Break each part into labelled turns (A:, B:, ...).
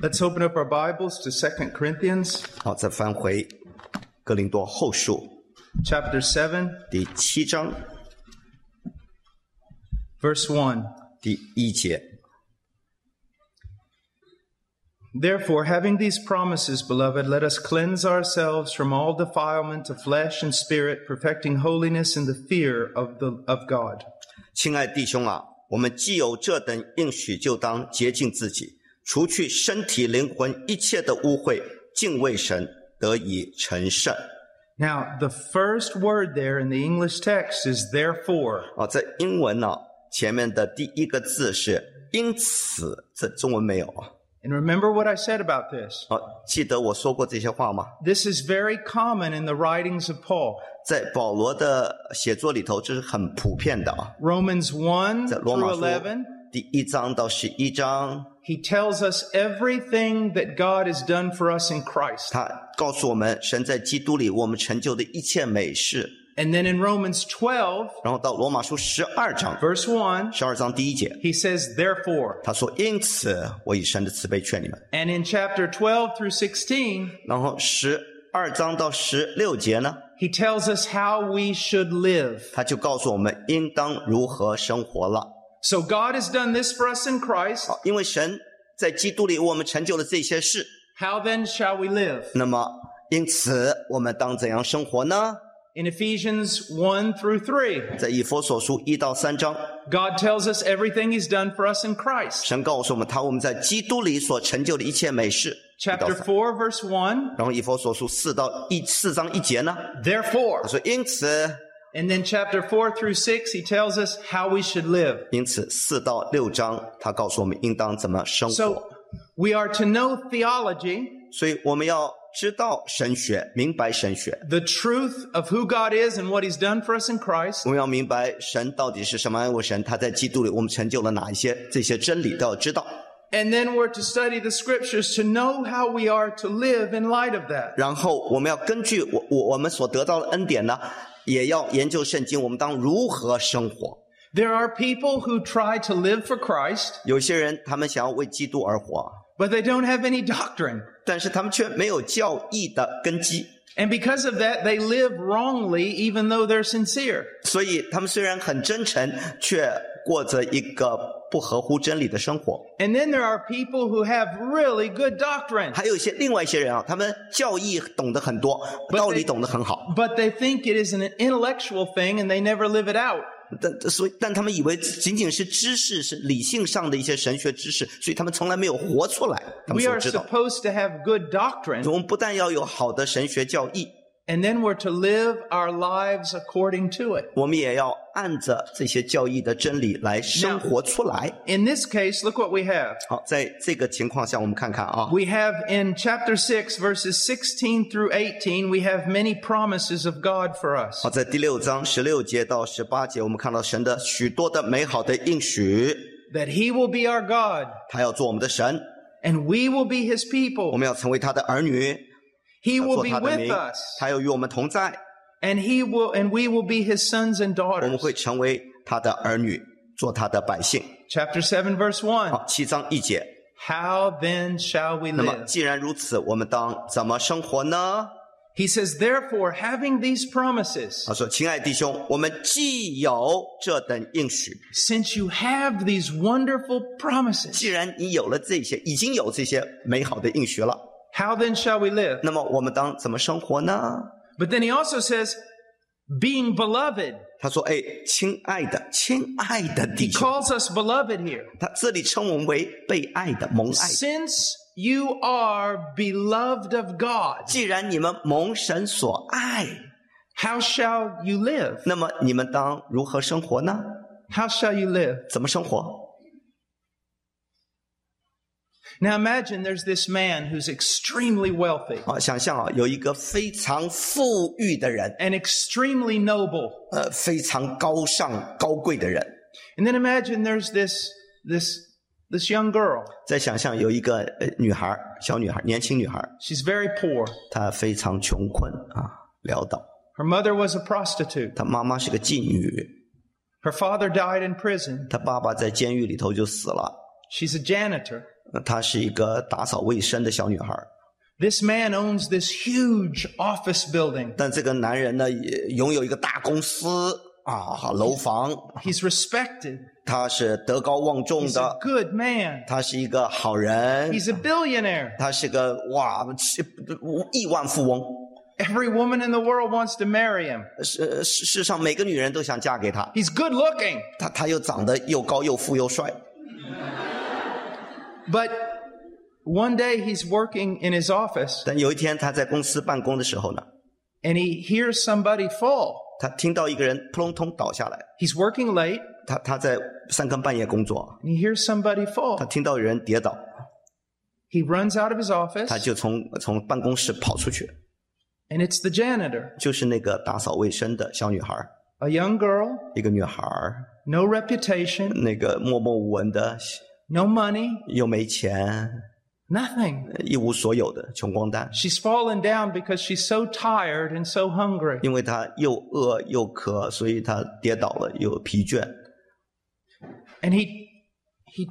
A: Let's open up our Bibles to 2 Corinthians
B: 好，再翻回哥林多后书
A: chapter 7,
B: 第七章
A: verse 1.
B: 第一节。
A: Therefore, having these promises, beloved, let us cleanse ourselves from all defilement of flesh and spirit, perfecting holiness in the fear of the of God.
B: 亲爱弟兄啊，我们既有这等应许，就当洁净自己，除去身体、灵魂一切的污秽，敬畏神，得以成圣。
A: Now, the first word there in the English text is therefore.
B: 啊，在英文呢，前面的第一个字是“因此”，这中文没有啊。
A: And remember what I said about this.
B: 啊，记得我说过这些话吗？
A: This is very common in the writings of Paul.
B: 在保罗的写作里头，这是很普遍的啊。
A: Romans 1
B: 在罗
A: through
B: 马书
A: 11,
B: 第一章到十一章，
A: he tells us everything that God has done for us in Christ.
B: 他告诉我们神在基督里我们成就的一切美事。
A: And then in Romans 12,
B: 然后到罗马书十二章，
A: verse 1,
B: 十二章第一节，
A: he says, therefore.
B: 他说：“因此，我以神的慈悲劝你们。
A: And in chapter 12 through 16, ”
B: 然后十二章到十六节呢，
A: he tells us how we should live.
B: 他就告诉我们应当如何生活了。啊
A: So God has done this for us in Christ.
B: 好，因为神在基督里为我们成就了这些事，
A: How then shall we live?
B: 那么因此我们当怎样生活呢？
A: In Ephesians 1 through 3,
B: 在以佛所书一到三章，
A: God tells us everything he's done for us in Christ.
B: 神告诉我们他我们在基督里所成就的一切美事。一到
A: Chapter 4,
B: 三
A: verse 1,
B: 然后以佛所书四到一四章一节呢，
A: therefore.
B: 他说因此，
A: And then chapter 4 through 6, he tells us how we should live.
B: 因此四到六章他告诉我们应当怎么生活。
A: So we are to know theology,
B: 所以我们要知道神学，明白神学，
A: the truth of who God is and what he's done for us in Christ.
B: 我们要明白神到底是什么样一位神，他在基督里我们成就了哪一些这些真理都要知道。
A: And then we're to study the scriptures to know how we are to live in light of that.
B: 然后我们要根据我我我们所得到的恩典呢，也要研究圣经，我们当如何生活。
A: There are people who try to live for Christ,
B: 有些人他们想要为基督而活，
A: but they don't have any doctrine.
B: 但是他们却没有教义的根基，
A: And because of that, they live wrongly, even though they're sincere.
B: 所以他们虽然很真诚，却过着一个不合乎真理的生活。
A: And then there are people who have really good doctrine,
B: 还有一些另外一些人啊，他们教义懂得很多，
A: they-
B: 道理懂得很好，
A: but they think it is an intellectual thing and they never live it out.
B: 但所以，但他们以为仅仅是知识，是理性上的一些神学知识，所以他们从来没有活出来。他们
A: We
B: 所
A: are
B: 知道，
A: supposed to have good doctrine,
B: 我们不但要有好的神学教义，
A: and then we're to live our lives according to it.
B: 我们也要按着这些教义的真理来生活出来。
A: In this case, look what we have.
B: 好，在这个情况下，我们看看啊，
A: We have in chapter 6, verses 16 through 18, we have many promises of God for us.
B: 好，在第六章十六节到十八节，我们看到神的许多的美好的应许，
A: That He will be our God,
B: 他要做我们的神，
A: and we will be His
B: 我
A: people.
B: 们要成为他的儿女，
A: He
B: 他
A: will
B: 做
A: be
B: 他的
A: with
B: 名
A: us,，
B: 他要与我们同在，
A: and He will, and we will be His sons and
B: 我们
A: daughters.
B: 会成为他的儿女，做他的百姓。
A: Chapter 7, verse 1.
B: 好，七章一节。
A: How then shall we
B: 那么
A: live?
B: 既然如此，我们当怎么生活呢？
A: He says, therefore, having these promises,
B: 他说：“亲爱弟兄，我们既有这等应许，
A: since you have these wonderful
B: 既
A: promises,
B: 然你有了这些，已经有这些美好的应许了，
A: how then shall we live?
B: 那么我们当怎么生活呢？”
A: But then he also says, being beloved.
B: 他说：“哎，亲爱的，亲爱的
A: He
B: 弟兄，
A: calls us beloved here.
B: 他这里称我们为被爱的、蒙爱的。
A: Since you are beloved of God,
B: 既然你们蒙神所爱，
A: how shall you live?
B: 那么你们当如何生活呢？
A: How shall you live?
B: 怎么生活？
A: Now imagine there's this man who's extremely wealthy
B: 啊，想象啊，有一个非常富裕的人，
A: and extremely noble.
B: 呃，非常高尚、高贵的人。
A: And then imagine there's this, this, this young girl.
B: 再想象有一个呃女孩儿，小女孩儿，年轻女孩儿，
A: She's very poor.
B: 她非常穷困啊，潦倒。
A: Her mother was a prostitute.
B: 她妈妈是个妓女，
A: Her father died in prison.
B: 她爸爸在监狱里头就死了。
A: She's a janitor.
B: 呃她是一个打扫卫生的小女孩儿。
A: This man owns this huge office building.
B: 但这个男人呢，也拥有一个大公司啊，楼房，
A: He's respected.
B: 他是德高望重
A: He's a
B: 的，
A: good man.
B: 他是一个好人，
A: He's a billionaire.
B: 他是个哇是亿万富翁，
A: Every woman in the world wants to marry him.
B: 世世世上每个女人都想嫁给他，
A: He's good looking.
B: 他他又长得又高又富又帅，
A: But one day he's working in his office
B: 但有一天他在公司办公的时候呢，
A: and he hears somebody fall.
B: 他听到一个人扑通通倒下来，
A: He's working late
B: 他他在三更半夜工作，
A: and he hears somebody
B: 他
A: fall.
B: 听到有人跌倒，
A: He runs out of his
B: 他
A: office
B: 就从从办公室跑出去，
A: and it's the janitor,
B: 就是那个打扫卫生的小女孩儿，
A: a young girl,
B: 一个女孩儿。
A: no reputation,
B: 那个默默无闻的，
A: no money,
B: 又没钱，
A: nothing.
B: 一无所有的穷光蛋，
A: She's fallen down because she's so tired and so hungry.
B: 因为他又饿又渴，所以他跌倒了，又疲倦。
A: And he he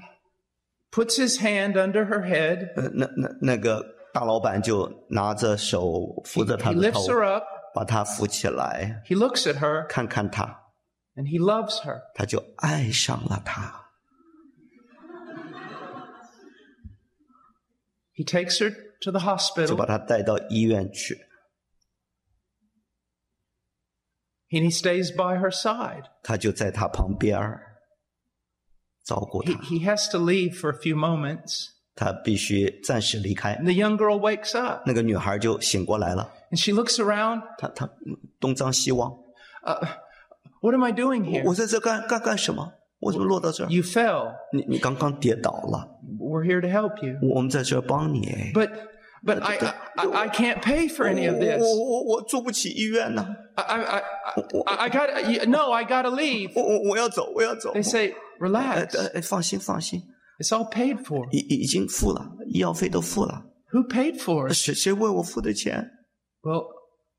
A: puts his hand under her head.
B: 呃，那那那个大老板就拿着手扶着
A: He
B: 他的头
A: lifts，her up.
B: 把他扶起来，
A: He looks at her
B: 看看他，
A: and he loves her.
B: 他就爱上了他。
A: He takes her to the
B: 就
A: hospital
B: 把他带到医院去，
A: and he stays by her side.
B: 他就在他旁边儿照顾
A: He,
B: 他，
A: he has to leave for a few moments.
B: 他必须暂时离开
A: And。the young girl wakes up
B: 那个女孩就醒过来了，
A: and she looks around.
B: 她她嗯东张西望，
A: Uh, what am I doing
B: 我
A: here?
B: 我在这干干干什么？我怎么落到这儿？
A: You fell.
B: 你你刚刚跌倒了，
A: We're here to help you.
B: 我我们在这儿帮你。
A: But but I, I, I, I can't pay for any of
B: 我
A: this.
B: 我我我住不起医院呢、
A: I, I, I, I, I gotta, no, I gotta leave.
B: 我我我要走，我要走。
A: They say,
B: 哎
A: relax.
B: 哎，放心放心，
A: It's all paid for.
B: 已已经付了，医药费都付了，
A: Who paid for it?
B: 谁谁为我付的钱？
A: Well,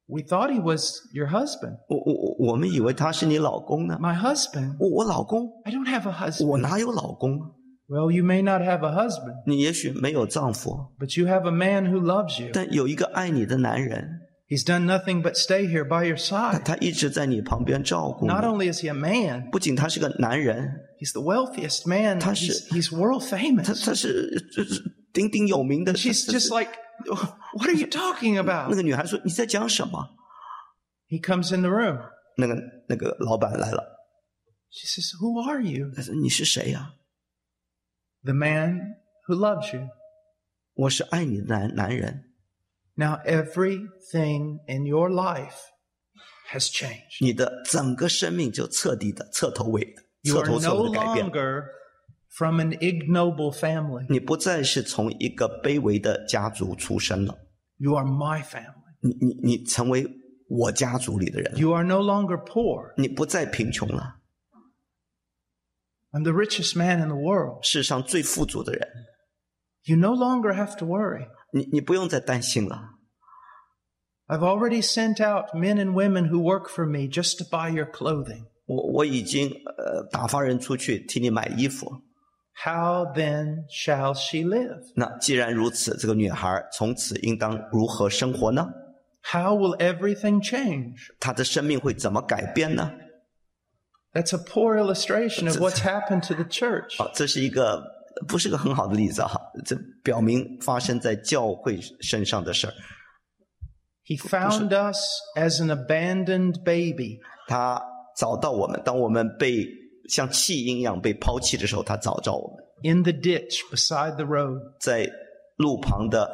A: we thought he was your husband.
B: 我我我我们以为他是你老公呢。
A: My husband?
B: 我我老公，
A: I don't have a husband.
B: 我哪有老公啊？
A: Well, you may not have a husband,
B: 你也许没有丈夫，
A: but you have a man who loves you.
B: 但有一个爱你的男人，
A: He's done nothing but stay here by your
B: 他
A: side.
B: 他一直在你旁边照顾你。
A: Not only is he a man,
B: 不仅他是个男人，
A: he's the wealthiest man.
B: 他是-
A: He's, he's world
B: 他
A: famous.
B: 他是就是鼎鼎有名的。
A: She's
B: 他他是
A: just like, what are you talking
B: 那
A: about?
B: 个女孩说：“你在讲什么
A: He comes in the room.？”
B: 那个那个老板来了，
A: She says, Who are you?
B: 他说：“你是谁呀、
A: The man who loves you.
B: 我是爱你的男男人。
A: Now everything in your life has changed.
B: 你的整个生命就彻底的彻头尾的
A: You
B: 彻
A: are
B: 头彻
A: no
B: 尾的改变。
A: longer from an ignoble family.
B: 你不再是从一个卑微的家族出生了，
A: You are my family.
B: 你你你成为我家族里的人了，
A: You are no longer poor.
B: 你不再贫穷了，
A: I'm the richest man in the world.
B: 世上最富足的人。
A: You no longer have to worry.
B: 你你不用再担心了，
A: I've already sent out men and women who work for me just to buy your clothing.
B: 我我已经呃打发人出去替你买衣服。”
A: How then shall she live?
B: 那既然如此，这个女孩从此应当如何生活呢？
A: How will everything change?
B: 她的生命会怎么改变呢？
A: That's a poor illustration of what's happened to the church.
B: 啊，这是一个不是个很好的例子哈、这表明发生在教会身上的事儿。
A: He found us as an abandoned baby.
B: 他找到我们，当我们被像弃婴一样被抛弃的时候，他找到我们，
A: in the ditch beside the road.
B: 在路旁的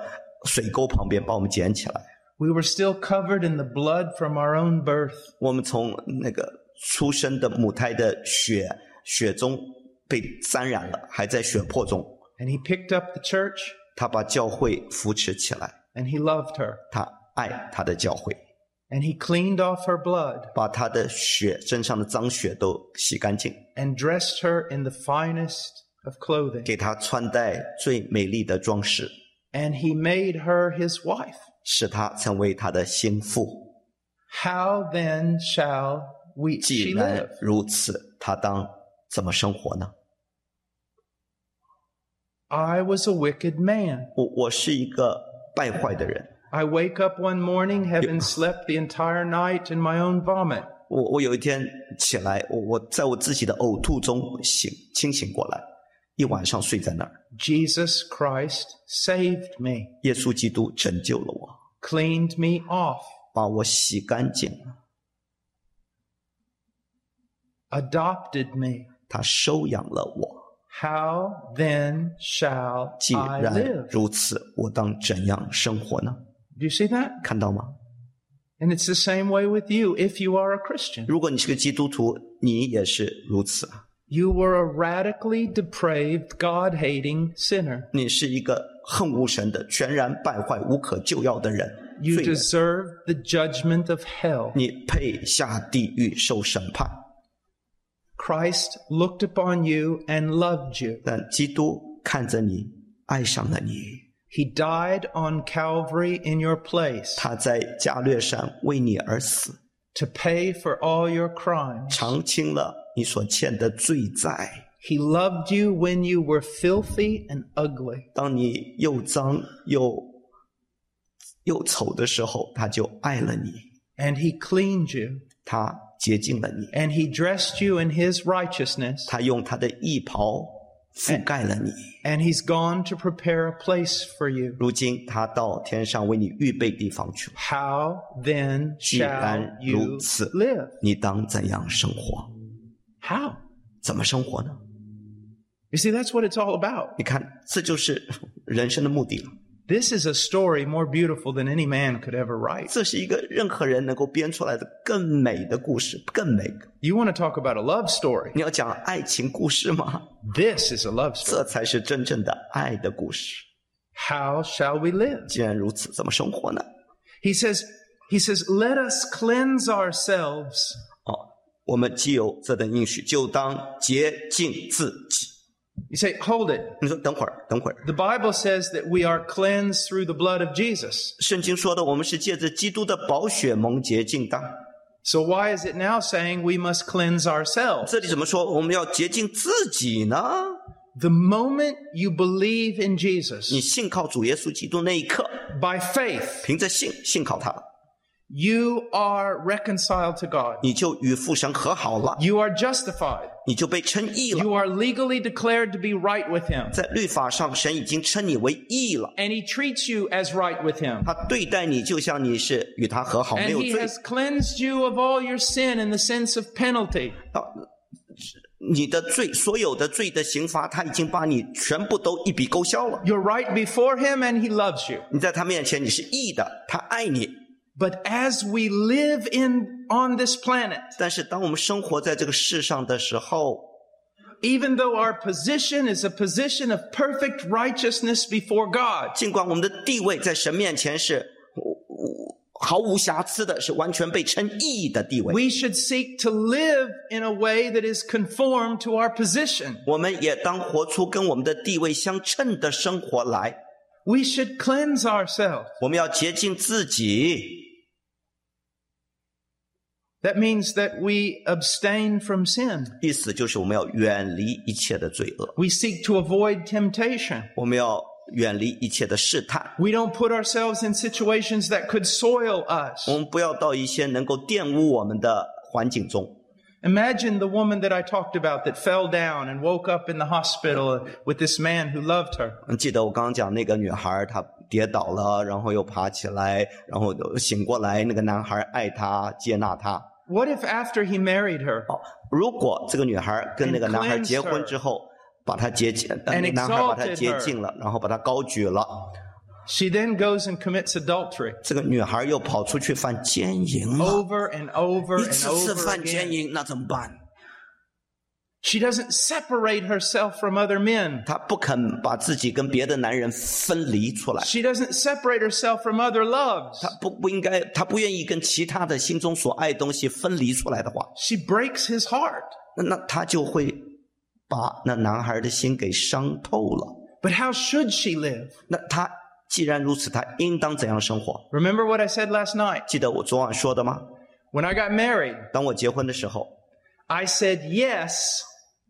B: 水沟旁边把我们捡起来。
A: We were still covered in the blood from our own birth.
B: 我们从那个出生的母胎的血血中被沾染了，还在血泊中。
A: And he picked up the church
B: 他把教会扶持起来，
A: and he loved her
B: 他爱他的教会，
A: and he cleaned off her blood
B: 把他的血身上的脏血都洗干净，
A: and dressed her in the finest of clothing.
B: 给他穿戴最美丽的装饰，
A: And he made her his wife.
B: 使他成为他的心腹。
A: How then shall we
B: 既
A: she
B: 然
A: live?
B: 如此，他当怎么生活呢？
A: I was a wicked man.
B: 我我是一个败坏的人。
A: I wake up one morning having slept the entire night in my own vomit.
B: 我我有一天起来，我我在我自己的呕吐中醒清醒过来，一晚上睡在那儿。
A: Jesus Christ saved me,
B: 耶稣基督拯救了我，
A: cleaned me off,
B: 把我洗干净了，
A: adopted me.
B: 他收养了我。
A: How then shall
B: 既
A: I
B: 然
A: live?
B: 如此，我当怎样生活呢？
A: Do you see that?
B: 看到吗？
A: And it's the same way with you if you are a Christian.
B: 如果你是个基督徒，你也是如此。啊
A: You were a radically depraved, God hating sinner.
B: 你是一个恨无神的、全然败坏、无可救药的人，
A: You
B: 罪人
A: deserved the judgment of hell.
B: 你配下地狱受审判。
A: Christ looked upon you and loved you.
B: 但基督看着你，爱上了你，
A: He died on Calvary in your place
B: 他在加略山为你而死，
A: to pay for all your crimes.
B: 偿清了你所欠的罪债。
A: He loved you when you were filthy and ugly.
B: 当你又脏又又丑的时候，他就爱了你，
A: And he cleaned you.
B: 他洁净了你，
A: And he dressed you in his righteousness.
B: 他用他的衣袍覆盖了你。
A: And he's gone to prepare a place for you.
B: 如今他到天上为你预备地方去了，
A: How then
B: 既
A: shall
B: 然
A: you
B: 如此
A: live?，
B: 你当怎样生活？
A: How?
B: 怎么生活呢？
A: You see, that's what it's all about.
B: 你看，这就是人生的目的了。
A: This is a story more beautiful than any man could ever write.
B: 这是一个任何人能够编出来的更美的故事，更美。
A: You want to talk about a love story?
B: 你要讲爱情故事吗？
A: This is a love story.
B: 这才是真正的爱的故事。
A: How shall we live?
B: 既然如此，怎么生活呢？
A: He says, he says, let us cleanse ourselves.
B: 哦，我们既有这等应许，就当洁净自己。
A: You say, hold it.
B: 你说，等会儿，等会儿，
A: The Bible says that we are cleansed through the blood of Jesus.
B: 圣经说的，我们是借着基督的宝血蒙洁净的。
A: So why is it now saying we must cleanse ourselves?
B: 这里怎么说？我们要洁净自己呢？
A: The moment you believe in
B: 你
A: Jesus
B: 信靠主耶稣基督那一刻，
A: by faith,
B: 凭着信信靠他，
A: you are reconciled to God.
B: 你就与父神和好了，
A: You are justified.
B: 你就被称义了。
A: You are legally declared to be right with Him.
B: 在律法上，神已经称你为义了，
A: And He treats you as right with Him.
B: 他对待你就像你是与他和好，没
A: And
B: 有
A: He
B: 罪。
A: has cleansed you of all your sin in the sense of penalty.
B: 啊，你的罪，所有的罪的刑罚，他已经把你全部都一笔勾销了。
A: You're right before Him and He loves you.
B: 你在他面前你是义的，他爱你。
A: But as we live in on this planet,
B: 但是当我们生活在这个世上的时候，
A: even though our position is a position of perfect righteousness before God,
B: 尽管我们的地位在神面前是无毫无瑕疵的，是完全被称义的地位，
A: we should seek to live in a way that is conformed to our position.
B: 我们也当活出跟我们的地位相称的生活来。
A: We should cleanse ourselves.
B: 我们要洁净自己。
A: That means that we abstain from sin.
B: 意思就是我们要远离一切的罪恶，
A: We seek to avoid temptation.
B: 我们要远离一切的试探，
A: We don't put ourselves in situations that could soil us.
B: 我们不要到一些能够玷污我们的环境中。
A: Imagine the woman that I talked about that fell down and woke up in the hospital with this man who loved her.
B: 嗯记得我刚刚讲那个女孩，她跌倒了，然后又爬起来，然后又醒过来，那个男孩爱她，接纳她。
A: What if after he married her
B: 哦，如果这个女孩跟那个男孩
A: And cleansed
B: 结婚之后，把他接近，呃
A: And
B: 那个男孩把他
A: exalted
B: 接近了，然后把他高举了，
A: she then goes and commits adultery
B: 这个女孩又跑出去犯奸淫了，
A: over and over
B: 一
A: and
B: 次次
A: over
B: 犯奸
A: again?
B: 淫，那怎么办？
A: She doesn't separate herself from other men.
B: 她不肯把自己跟别的男人分离出来，
A: She doesn't separate herself from other loves.
B: 她不不应该，她不愿意跟其他的心中所爱东西分离出来的话，
A: She breaks his heart.
B: 那那她就会把那男孩的心给伤透了。
A: But how should she live?
B: 那她既然如此，她应当怎样生活？
A: Remember what I said last night?
B: 记得我昨晚说的吗？
A: When I got married,
B: 当我结婚的时候，
A: I said yes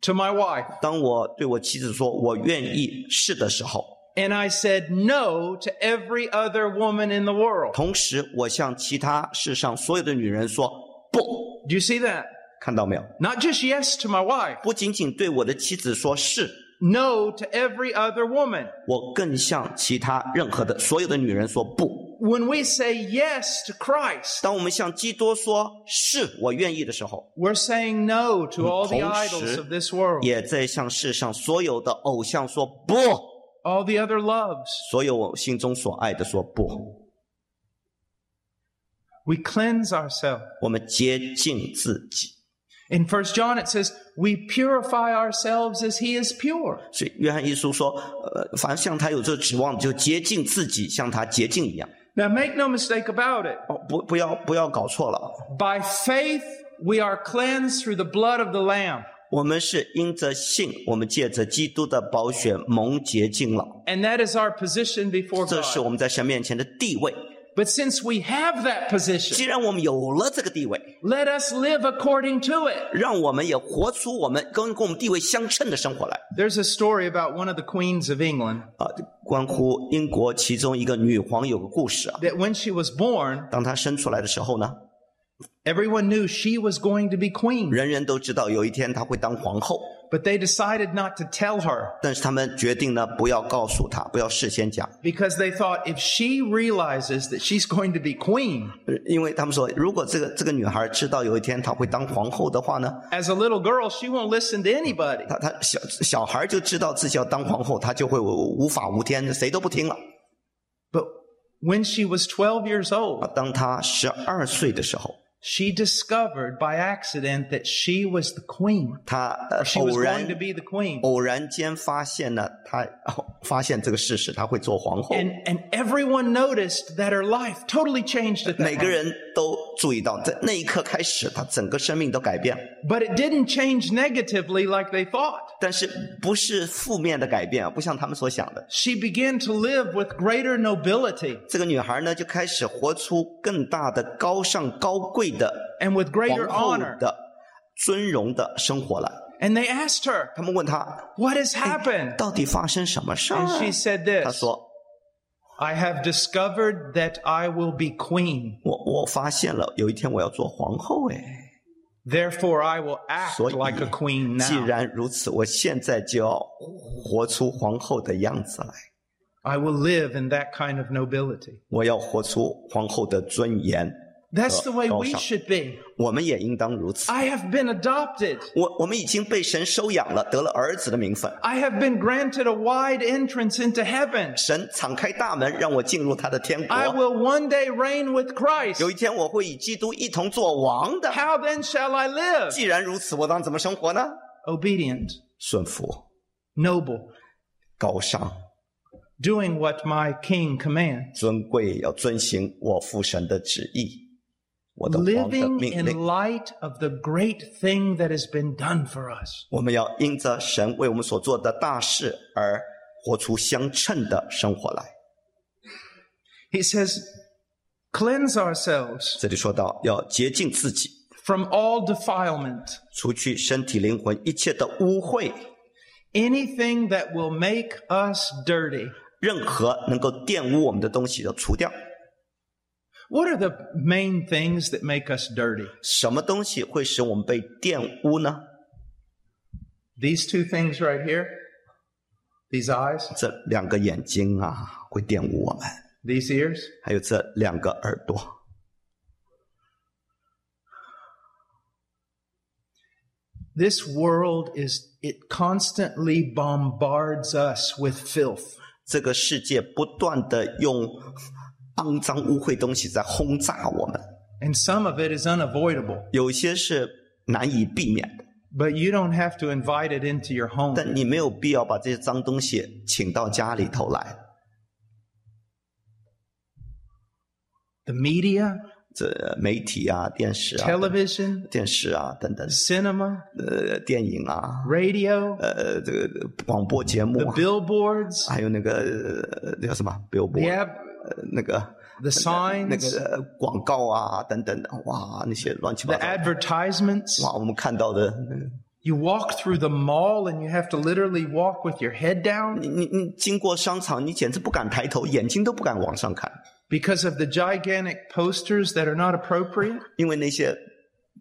A: to my wife.
B: 当我对我妻子说我愿意是的时候，
A: And I said no to every other woman in the world.
B: 同时我向其他世上所有的女人说不。
A: Do you see that?
B: 看到没有？
A: Not just yes to my wife,
B: 不仅仅对我的妻子说是，
A: no to every other woman.
B: 我更向其他任何的所有的女人说不。
A: When we say yes to Christ,
B: 当我们向基督说是我愿意的时候，
A: we're saying no to all the
B: 同时
A: idols
B: -
A: of this world,
B: 也在向世上所有的偶像说不，
A: all the other loves.
B: 所有我心中所爱的说不。
A: We cleanse ourselves.
B: 我们洁净自己。
A: In 1 John, it says, we purify ourselves as he is pure.
B: 所以约翰一书说，呃，凡向他有这指望，就洁净自己，像他洁净一样。
A: Now, make no mistake about it.
B: 哦，不，不要不要搞错了，
A: By faith, we are cleansed through the blood of the Lamb.
B: 我们是因着信，我们借着基督的宝血蒙洁净了，
A: And that is our position before
B: 这是我
A: God.
B: 们在神面前的地位。
A: But since we have that
B: 既
A: position,
B: 然我们有了这个地位，
A: let us live according to it.
B: 让我们也活出我们跟跟我们地位相称的生活来。
A: There's a story about one of the queens of England
B: 啊、关乎英国其中一个女皇有个故事啊，
A: that when she was born,
B: 当她生出来的时候呢，
A: everyone knew she was going to be queen,
B: 人人都知道有一天她会当皇后，
A: but they decided not to tell her
B: 但是他们决定呢，不要告诉她，不要事先讲，
A: because they thought if she realizes that she's going to be queen
B: 呃因为他们说，如果这个这个女孩知道有一天她会当皇后的话呢，
A: as a little girl, she won't listen to anybody.
B: 她她小小孩就知道自己要当皇后，她就会无无法无天，谁都不听了。
A: But when she was 12 years
B: 啊
A: old,
B: 当她十二岁的时候，
A: she discovered by accident that she was the queen.
B: 她呃
A: She was
B: 偶
A: going to
B: 然
A: be the queen.
B: 偶然间发现呢，她、哦发现这个事实，她会做皇后。
A: And, and everyone noticed that her life totally changed at that
B: 每个
A: moment.
B: 人都注意到，在那一刻开始，她整个生命都改变，
A: But it didn't change negatively like they thought.
B: 但是不是负面的改变啊，不像他们所想的。
A: She began to live with greater nobility
B: 这个女孩呢，就开始活出更大的、高尚、高贵的、
A: and with
B: 皇
A: greater
B: 后
A: honor.
B: 的尊荣的生活了。
A: And they asked her,
B: 他们问她，
A: What has happened?
B: 到底发生什么事儿
A: And
B: 啊？
A: she said
B: 她
A: this
B: 说
A: I have discovered that I will be queen.：“
B: 我我发现了，有一天我要做皇后。哎，
A: Therefore, I will act
B: 所以
A: like a queen
B: 既
A: now.
B: 然如此，我现在就要活出皇后的样子来，
A: I will live in that kind of nobility.
B: 我要活出皇后的尊严。
A: That's the way
B: Oh,
A: we
B: some-
A: should be.
B: 我们也应当如此。
A: I have been adopted.
B: 我我们已经被神收养了，得了儿子的名分。
A: I have been granted a wide entrance into heaven.
B: 神敞开大门，让我进入他的天
A: I
B: 国。
A: will one day reign with Christ.
B: 有一天我会与基督一同做王的。
A: How then shall I live?
B: 既然如此，我当怎么生活呢？
A: Obedient,
B: 顺服、
A: noble,
B: 高尚、
A: doing what my king commands,
B: 尊贵，要遵行我父神的旨意，我的王的
A: living
B: 命
A: in
B: 令。
A: light of the great thing that has been done for us.
B: 我们要因着神为我们所做的大事而活出相称的生活来。
A: He says, cleanse ourselves
B: 这里说到要洁净自己，
A: from all defilement,
B: 除去身体、灵魂一切的污秽，
A: anything that will make us dirty.
B: 任何能够玷污我们的东西要除掉。
A: What are the main things that make us dirty?
B: 什么东西会使我们被玷污呢？
A: These two things right here these eyes,
B: 这两个眼睛啊，会玷污我们；
A: these ears,
B: 还有这两个耳朵。
A: This world is, it constantly bombards us with filth.
B: 这个世界不断的用肮脏污秽东西在轰炸我们，
A: And some of it is unavoidable,
B: 有些是难以避免的。
A: but you don't have to invite it into your home.
B: 但你没有必要把这些脏东西请到家里头来。
A: The media,
B: 这媒体啊、电视啊、
A: television,
B: 电视啊等等，
A: cinema,
B: 呃，电影啊，
A: radio,
B: 呃，这个广播节目
A: the
B: 啊，
A: billboards,
B: 还有那个那叫什么
A: the,
B: billboard，
A: ab-
B: 呃那个
A: the
B: 那
A: signs,
B: 个广告啊等等的，哇，那些乱七八
A: the
B: 糟。
A: advertisements.
B: 哇，我们看到的，嗯
A: You walk through the mall and you have to literally walk with your head down
B: 你你你经过商场，你简直不敢抬头，眼睛都不敢往上看，
A: because of the gigantic posters that are not appropriate,
B: 因为那些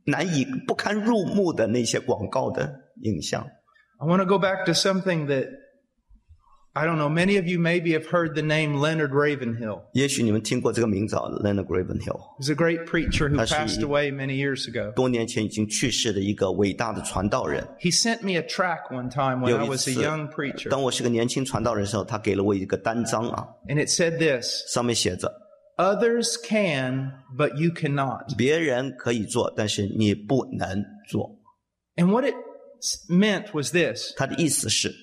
B: 难以不堪入目的那些广告的影像。
A: I want to go back to something that I don't know. Many of you maybe have heard the name Leonard Ravenhill.
B: 也许你们听过这个名字啊，Leonard Ravenhill，
A: He's a great preacher who
B: I see.
A: passed away many years ago.
B: 多年前已经去世的一个伟大的传道人。
A: He sent me a track one time when I was a
B: 有一次，
A: young preacher,
B: 当我是个年轻传道人的时候，他给了我一个单张啊，
A: and it said this
B: 上面写着
A: Others can, but you cannot.：“
B: 别人可以做，但是你不能做。
A: And what it s- meant was this ”
B: 他的意思是，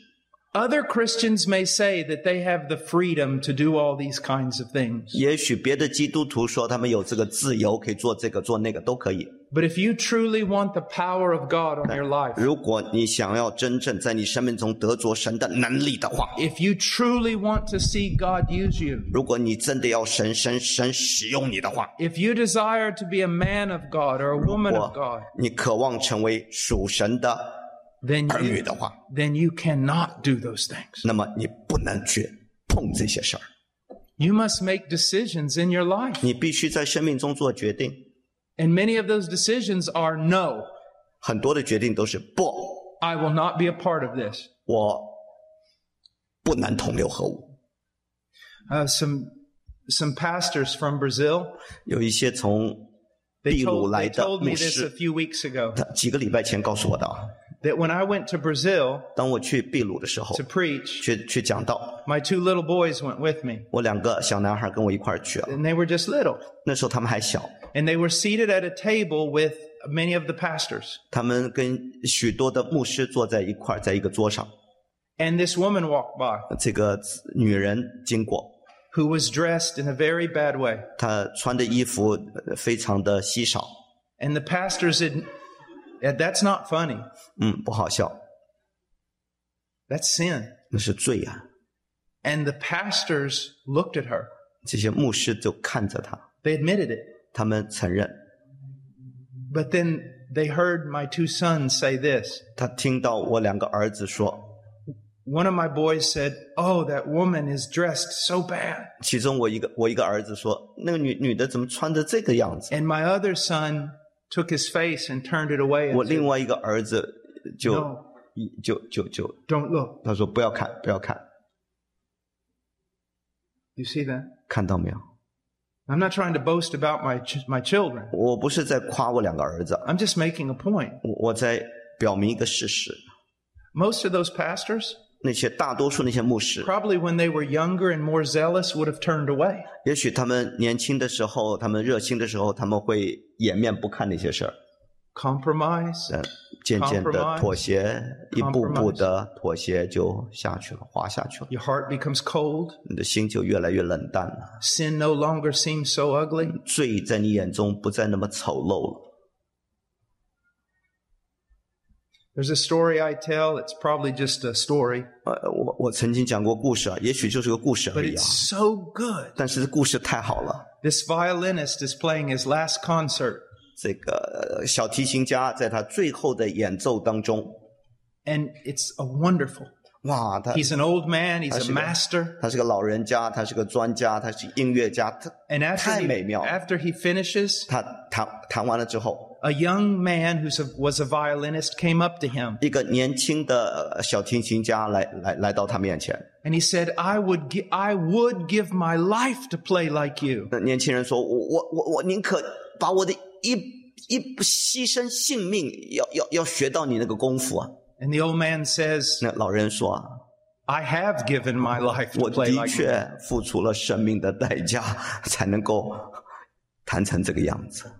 A: Other Christians may say that they have the freedom to do all these kinds of things,
B: 也许别的基督徒说他们有这个自由，可以做这个做那个都可以。
A: but if you truly want the power of God on your life,
B: 如果你想要真正在你生命中得着神的能力的话，
A: if you truly want to see God use you,
B: 如果你真的要神神神使用你的话，
A: If you desire to be a man of God or a woman of
B: 我
A: God,
B: 你渴望成为属神的
A: then
B: 儿女
A: you,
B: 的话，
A: then you cannot do those things.
B: 那么你不能去碰这些事儿，
A: You must make decisions in your life.
B: 你必须在生命中做决定。
A: And many of those decisions are no,
B: 很多的决定都是不，
A: I will not be a part of this.
B: 我不能同流合污。
A: Uh, some, some pastors from Brazil,
B: 有一些从
A: they
B: 秘鲁
A: told,
B: 来
A: they
B: 的
A: told
B: 牧
A: me this
B: 师
A: a，few weeks ago
B: 他几个礼拜前告诉我的啊。
A: that when I went to Brazil
B: 当我去秘鲁的时候
A: to，preach,
B: 去去讲道，
A: my two little boys went with me
B: 我两个小男孩跟我一块儿去了。
A: and they were just little
B: 那时候他们还小，
A: and they were seated at a table with many of the pastors.
B: 他们跟许多的牧师坐在一块儿，在一个桌上。
A: And this woman walked by.
B: 这个女人经过，
A: who was dressed in a very bad way.
B: 她穿的衣服呃非常的稀少，
A: And the pastor said, "Yeah, That's not funny.
B: 嗯，不好笑，
A: That's sin.
B: 那是罪啊。
A: And the pastors looked at her.
B: 这些牧师就看着她，
A: They admitted it.
B: 他们承认。
A: But then they heard my two sons say this.
B: 他听到我两个儿子说，
A: One of my boys said, Oh, that woman is dressed so bad.
B: 其中我一个我一个儿子说，那个女女的怎么穿着这个样子？
A: And my other son took his face and turned it away.
B: 我
A: And
B: 另
A: said,
B: 外一个儿子就
A: no,
B: 就就就
A: don't look.
B: 他说不要看，不要看，
A: You see that?
B: 看到没有？
A: I'm not trying to boast about my, ch- my children.
B: 我不是在夸我两个儿子，啊
A: I'm just making a point.
B: 我我在表明一个事实：
A: Most of those pastors,
B: 那些大多数那些牧师，
A: probably when they were younger and more zealous would have turned away
B: 也许他们年轻的时候，他们热心的时候，他们会掩面不看那些事儿，
A: compromise
B: 但渐渐的
A: Compromise
B: 妥协，一步步
A: Compromise
B: 的妥协就下去了，滑下去了，
A: your heart becomes cold
B: 你的心就越来越冷淡了。
A: sin no longer seems so ugly
B: 罪在你眼中不再那么丑陋了。
A: there's a story i tell it's probably just a story
B: 呃，我我曾经讲过故事啊，也许就是个故事
A: but
B: 而已
A: it's
B: 啊，
A: so good
B: 但是这故事太好了。
A: this violinist is playing his last concert
B: 这个呃小提琴家在他最后的演奏当中，
A: and it's a wonderful
B: 哇，他
A: he's an old man he's a
B: Actually,
A: master
B: 他是个老人家，他是个专家，他是音乐家，他
A: and after he,
B: 太美妙了。
A: after he finishes
B: 他弹弹完了之后，
A: a young man who was a violinist came up to him
B: 一个年轻的呃小提琴家来来来到他面前，
A: and he said i would gi- i would give my life to play like you
B: 那年轻人说：“我我我我宁可把我的一一牺牲性命，要要要学到你那个功夫啊。”
A: And the old man says,
B: 那老人说啊，
A: I have given my life to
B: 我
A: play
B: 的
A: like you.
B: 确付出了生命的代价，才能够弹成这个样子。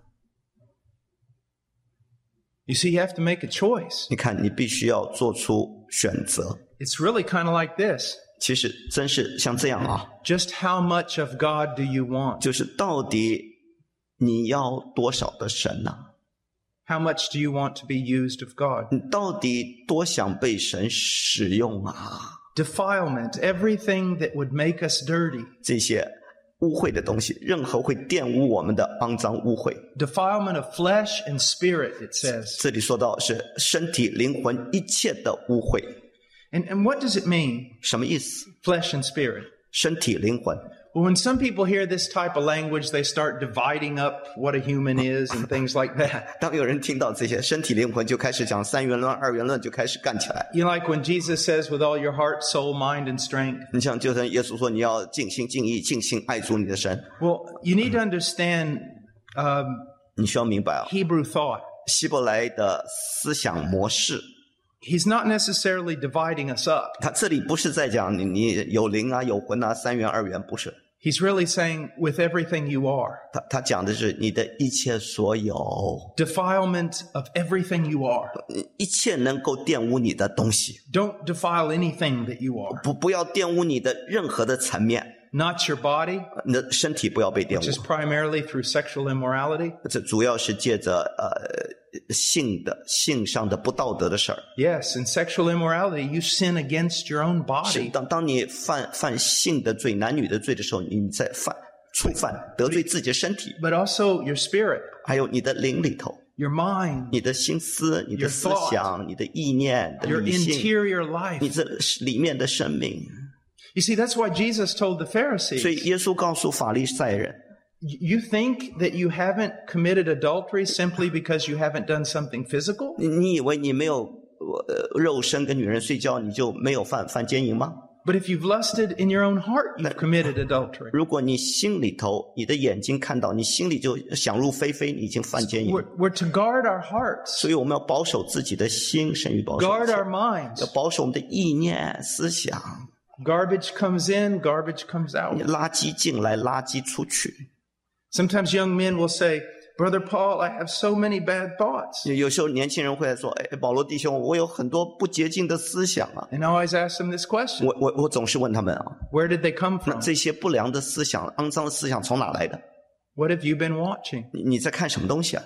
A: You see, you have to make a choice.
B: 你看，你必须要做出选择。
A: It's really kind of like this.
B: 其实，真是像这样啊，
A: Just how much of God do you want?
B: 就是到底你要多少的神呐、
A: How much do you want to be used of God?
B: 你到底多想被神使用啊？
A: Defilement, everything that would make us dirty,
B: 这些污秽的东西，任何会玷污我们的肮脏污秽。
A: Defilement of flesh and spirit, it says.
B: 这里说到是身体、灵魂一切的污秽，
A: And, and what does it mean,
B: 什么意思？
A: flesh and spirit?
B: 身体、灵魂。
A: Well, when some people hear this type of language, they start dividing up what a human is and things like that.
B: 当有人听到这些身体、灵魂，就开始讲三元论、二元论，就开始干起来。
A: You know, like when Jesus says, with all your heart, soul, mind, and strength.
B: 你像，就像耶稣说，你要尽心尽意、尽心爱主你的神。
A: Well, you need to understand um,
B: 你需要明白啊，
A: Hebrew thought.
B: 希伯来的思想模式，
A: He's not necessarily dividing us up.
B: 他这里不是在讲你你有灵啊、有魂啊、三元、二元，不是。
A: He's really saying, with everything you are,
B: 他他讲的是你的一切所有，
A: defilement of everything you are.
B: 你一切能够玷污你的东西，
A: Don't defile anything that you are.
B: 不不要玷污你的任何的层面，
A: Not your body,
B: 你的身体不要被玷
A: which is
B: 污。
A: primarily through sexual immorality.
B: 这主要是借着呃性的性上的不道德的事儿。
A: Yes, in sexual immorality, you sin against your own
B: 是
A: body.
B: 当当你犯犯性的罪、男女的罪的时候，你在犯触犯得罪自己的身体，
A: but also your spirit,
B: 还有你的灵里头。
A: your mind,
B: 你的心思、你的
A: Your
B: 思
A: thought
B: 想、你的意念、你
A: your
B: 的理性，
A: interior
B: 你
A: life.
B: 这里面的生命。
A: You see, that's why Jesus told the
B: 所以
A: Pharisees,
B: 耶稣告诉法利赛人，
A: you think that you haven't committed adultery simply because you haven't done something physical?
B: 你你以为你没有呃肉身跟女人睡觉，你就没有犯犯奸淫吗？
A: But if you've lusted in your own heart, you've committed adultery.
B: 如果你心里头，你的眼睛看到，你心里就想入非非，你已经犯奸淫。
A: We're, we're to guard our hearts,
B: 所以我们要保守自己的心，胜于保守
A: guard
B: 自己
A: our minds.
B: 要保守我们的意念、思想。
A: Garbage comes in, garbage comes
B: 你
A: out.
B: 垃圾进来，垃圾出去。
A: Sometimes young men will say, Brother Paul, I have so many bad thoughts.
B: 有有时候年轻人会来说：“哎，保罗弟兄，我有很多不洁净的思想啊。”
A: And I always ask them this question
B: 我我我总是问他们啊，
A: Where did they come
B: 那
A: from?
B: 这些不良的思想、肮脏的思想从哪来的？
A: What have you been watching?
B: 你你在看什么东西啊？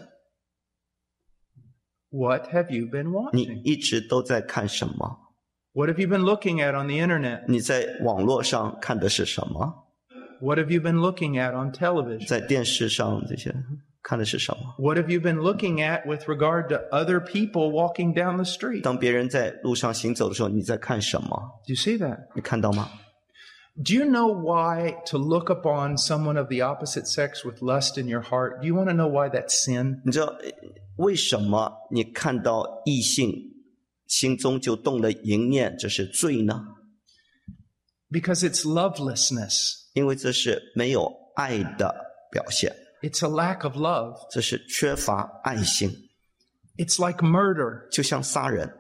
A: What have you been
B: 你
A: watching?
B: 一直都在看什么？
A: What have you been looking at on the internet?
B: 你在网络上看的是什么？
A: What have you been looking at on television?
B: 在电视上这些看的是什么？
A: What have you been looking at with regard to other people walking down the street? Do
B: 当别人在路上行走的时候，你在看什么？
A: you see that?
B: 你看到吗？
A: Do you know why to look upon someone of the opposite sex with lust in your heart? Do you want to know why that's sin?
B: 你知道呃为什么你看到异性心中就动了淫念，这是罪呢？
A: Because it's lovelessness.
B: 因为这是没有爱的表现，
A: It's a lack of love.
B: 这是缺乏爱心，
A: It's like murder.
B: 就像杀人。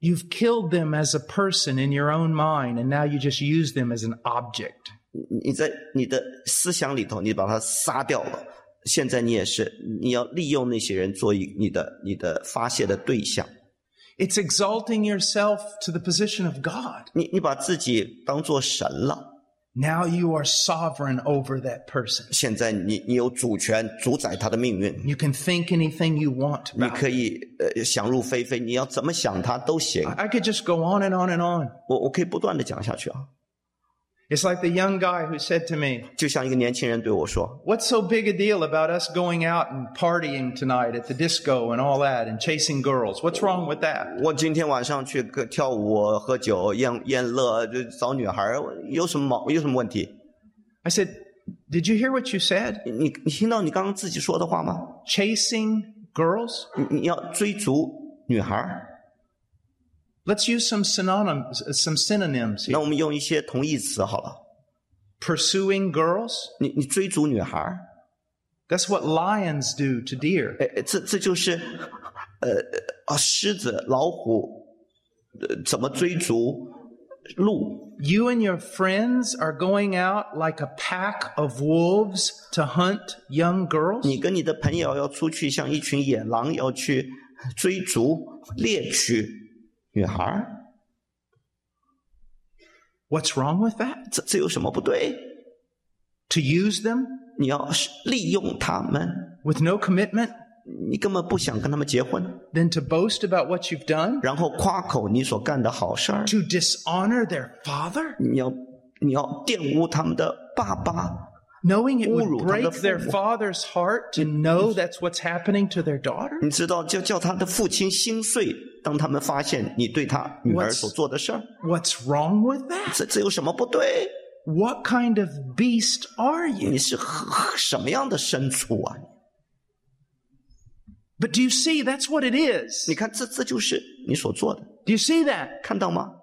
A: You've killed them as a person in your own mind, and now you just use them as an object.
B: 你你在你的思想里头，你把他杀掉了。现在你也是，你要利用那些人做一你的你的发泄的对象。
A: It's exalting yourself to the position of God.
B: 你你把自己当做神了，
A: Now you are sovereign over that person.
B: 现在你你有主权主宰他的命运，
A: You can think anything you want
B: 你
A: about.
B: 可以呃想入非非，你要怎么想他都行。
A: I I could just go on and on and on.
B: 我我可以不断的讲下去啊，
A: It's like the young guy who said to me,
B: 就像一个年轻人对我说
A: What's so big a deal about us going out and partying tonight at the disco and all that and chasing girls? What's wrong with：“that?
B: 我今天晚上去个跳舞、喝酒、宴宴乐，就找女孩，有什么毛有什么问题？
A: I said, Did you hear what you said?
B: 你你听到你刚刚自己说的话吗？”
A: Chasing girls?
B: 你你要追逐女孩儿，
A: Let's use some synonyms, some synonyms
B: 那
A: here.
B: 我们用一些同义词好了。
A: Pursuing girls?
B: 你你追逐女孩儿，
A: That's what lions do to deer.
B: 哎，哎这这就是，呃啊，狮子、老虎，呃，怎么追逐鹿？
A: You and your friends are going out like a pack of wolves to hunt young girls?
B: 你跟你的朋友要出去，像一群野狼要去追逐、猎取女孩儿，
A: What's wrong with that?
B: 这这有什么不对？
A: To use them
B: 你要是利用他们，
A: with no commitment,
B: 你根本不想跟他们结婚，
A: then to boast about what you've done,
B: 然后夸口你所干的好事儿。
A: to dishonor their father?
B: 你要你要玷污他们的爸爸
A: knowing it
B: Uru,
A: would
B: tanda
A: break their
B: fumo.
A: father's heart to know that's what's happening to their daughter.
B: 你知道，就叫他的父亲心碎。当他们发现你对他女儿
A: What's-
B: 所做的事儿，
A: What's wrong with that?
B: 这这有什么不对？
A: What kind of beast are
B: 你
A: you?
B: 是何何什么样的牲畜啊？
A: But do you see that's what it is?
B: 你看，这这就是你所做的，
A: Do you see that?
B: 看到吗？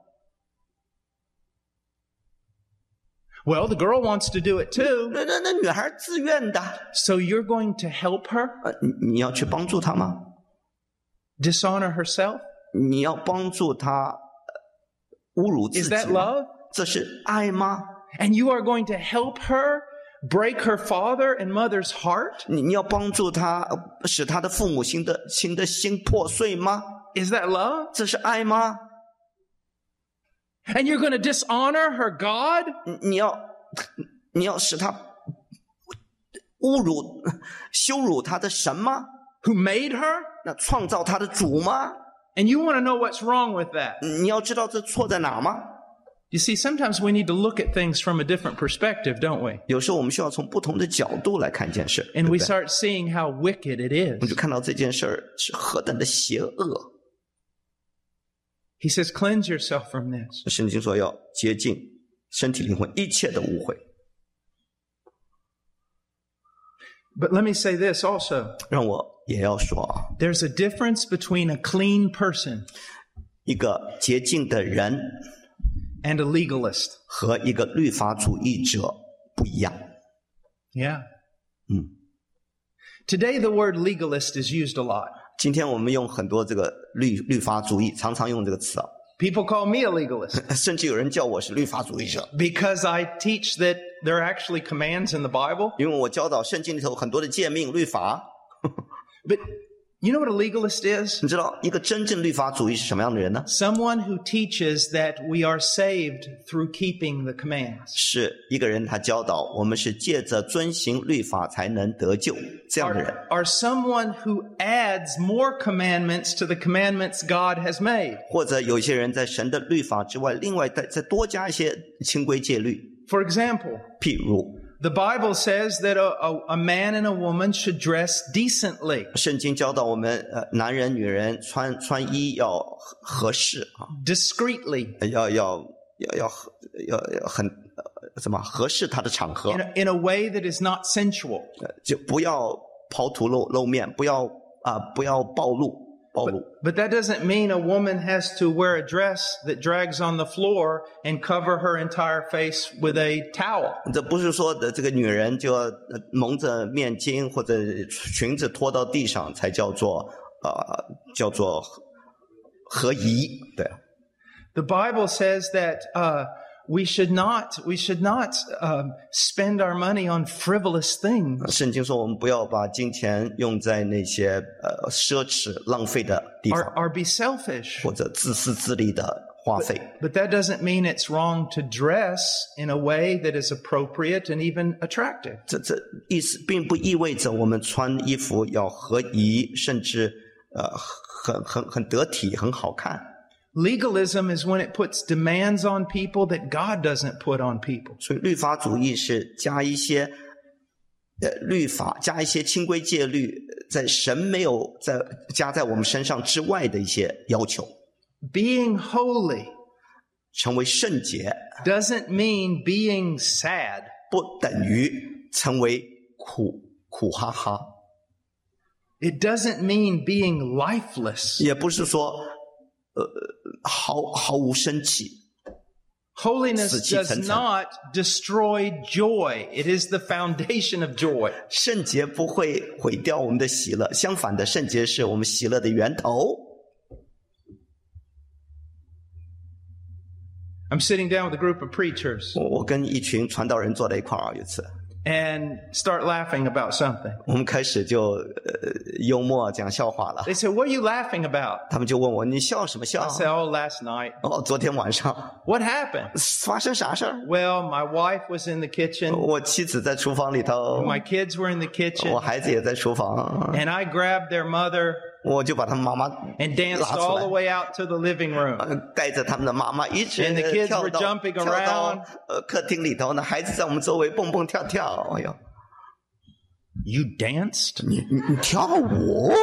A: Well, the girl wants to do it too.
B: 那那那女孩自愿的，
A: So you're going to help her
B: 呃，你你要去帮助她吗？
A: dishonor herself?
B: 你要帮助她呃侮辱自
A: Is
B: 己
A: that
B: 吗
A: love?
B: 这是爱吗？
A: And you are going to help her break her father and mother's heart?
B: 你你要帮助她，呃使她的父母亲的亲的心破碎吗？
A: Is that love?
B: 这是爱吗？
A: And you're going to dishonor her God?
B: 你你要你要使他侮辱、羞辱他的神吗？
A: who made her,
B: 那创造他的主吗？嗯
A: and you want to know what's wrong with that.
B: 你要知道这错在哪儿吗？
A: You see, sometimes we need to look at things from a different perspective, don't we?
B: 有时候我们需要从不同的角度来看一件事，对
A: And
B: 不
A: we
B: 对？
A: start seeing how wicked it
B: 我们
A: is.
B: 就看到这件事儿是何等的邪恶。
A: He says, cleanse yourself from this.
B: 圣经说要洁净身体、灵魂一切的污秽。
A: But let me say this also
B: 让我也要说啊，
A: there's a difference between a clean person
B: 一个洁净的人
A: and a legalist.
B: 和一个律法主义者不一样。
A: Yeah.
B: Hmm.
A: Today, the word legalist is used a lot.
B: 今天我们用很多这个律律法主义，常常用这个词啊，
A: People call me a legalist
B: 甚至有人叫我是律法主义者，
A: because I teach that there are actually commands in the Bible.
B: 因为我教导圣经里头很多的诫命、律法。
A: But you know what a legalist is?
B: 你知道一个真正律法主义是什么样的人呢？
A: Someone who teaches that we are saved through keeping the commands.
B: 是一个人他教导我们是借着遵行律法才能得救这样的人，
A: Are, are someone who adds more commandments to the commandments God has made.
B: 或者有些人在神的律法之外，另外再再多加一些清规戒律，
A: For example,
B: 譬如
A: the Bible says that a, a, a man and a woman should dress decently.
B: 圣经教导我们，呃，男人女人穿穿衣要合合适啊，
A: discreetly
B: 要要要要合要要很呃怎么合适他的场合
A: in，a, in a way that is not sensual.
B: 呃就不要抛头露露面，不要啊、不要暴露暴露。
A: But that doesn't mean a woman has to wear a dress that drags on the floor and cover her entire face with a towel.
B: 这不是说的这个女人就要呃蒙着面巾或者裙子拖到地上才叫做呃叫做合合宜，对啊，
A: The Bible says that uh, we should not we should not um, spend our money on frivolous things.
B: 圣经说我们不要把金钱用在那些呃奢侈浪费的地方
A: Or, or be selfish.
B: 或者自私自利的花费。
A: But that doesn't mean it's wrong to dress in a way that is appropriate and even attractive.
B: 这这意思并不意味着我们穿衣服要合宜，甚至呃很很很得体、很好看。
A: Legalism is when it puts demands on people that God doesn't put on people.
B: 所以律法主义是加一些呃律法，加一些清规戒律，在神没有在加在我们身上之外的一些要求。
A: Being holy
B: 成为圣洁
A: doesn't mean being sad.
B: 不等于成为苦苦哈哈，
A: It doesn't mean being lifeless.
B: 也不是说呃毫毫无生气。
A: Holiness
B: 死气沉沉。
A: does not destroy joy. It is the foundation of joy.
B: 圣洁不会毁掉我们的喜乐，相反的，圣洁是我们喜乐的源头。
A: I'm sitting down with a group of preachers
B: 我我跟一群传道人坐在一块儿啊，有一次，
A: and start laughing about something.
B: 我们开始就呃幽默讲笑话了。
A: They said, What are you laughing about?
B: 他们就问我你笑什么笑
A: I？said, Oh, last night.
B: 哦，昨天晚上
A: What happened?
B: 发生啥事儿？
A: Well, my wife was in the kitchen,
B: 我妻子在厨房里头，
A: Oh my kids were in the
B: 我
A: kitchen,
B: 孩子也在厨房，
A: and I grabbed their mother
B: 我就把他妈妈
A: and danced
B: 拉出来。
A: all the way out to the living room.
B: 呃带着他们的妈妈一直
A: And the kids
B: 跳
A: were
B: 到
A: jumping
B: 跳到
A: around.
B: 呃客厅里头呢，孩子在我们周围蹦蹦跳跳。哎呦，
A: You danced?
B: 你你你跳舞？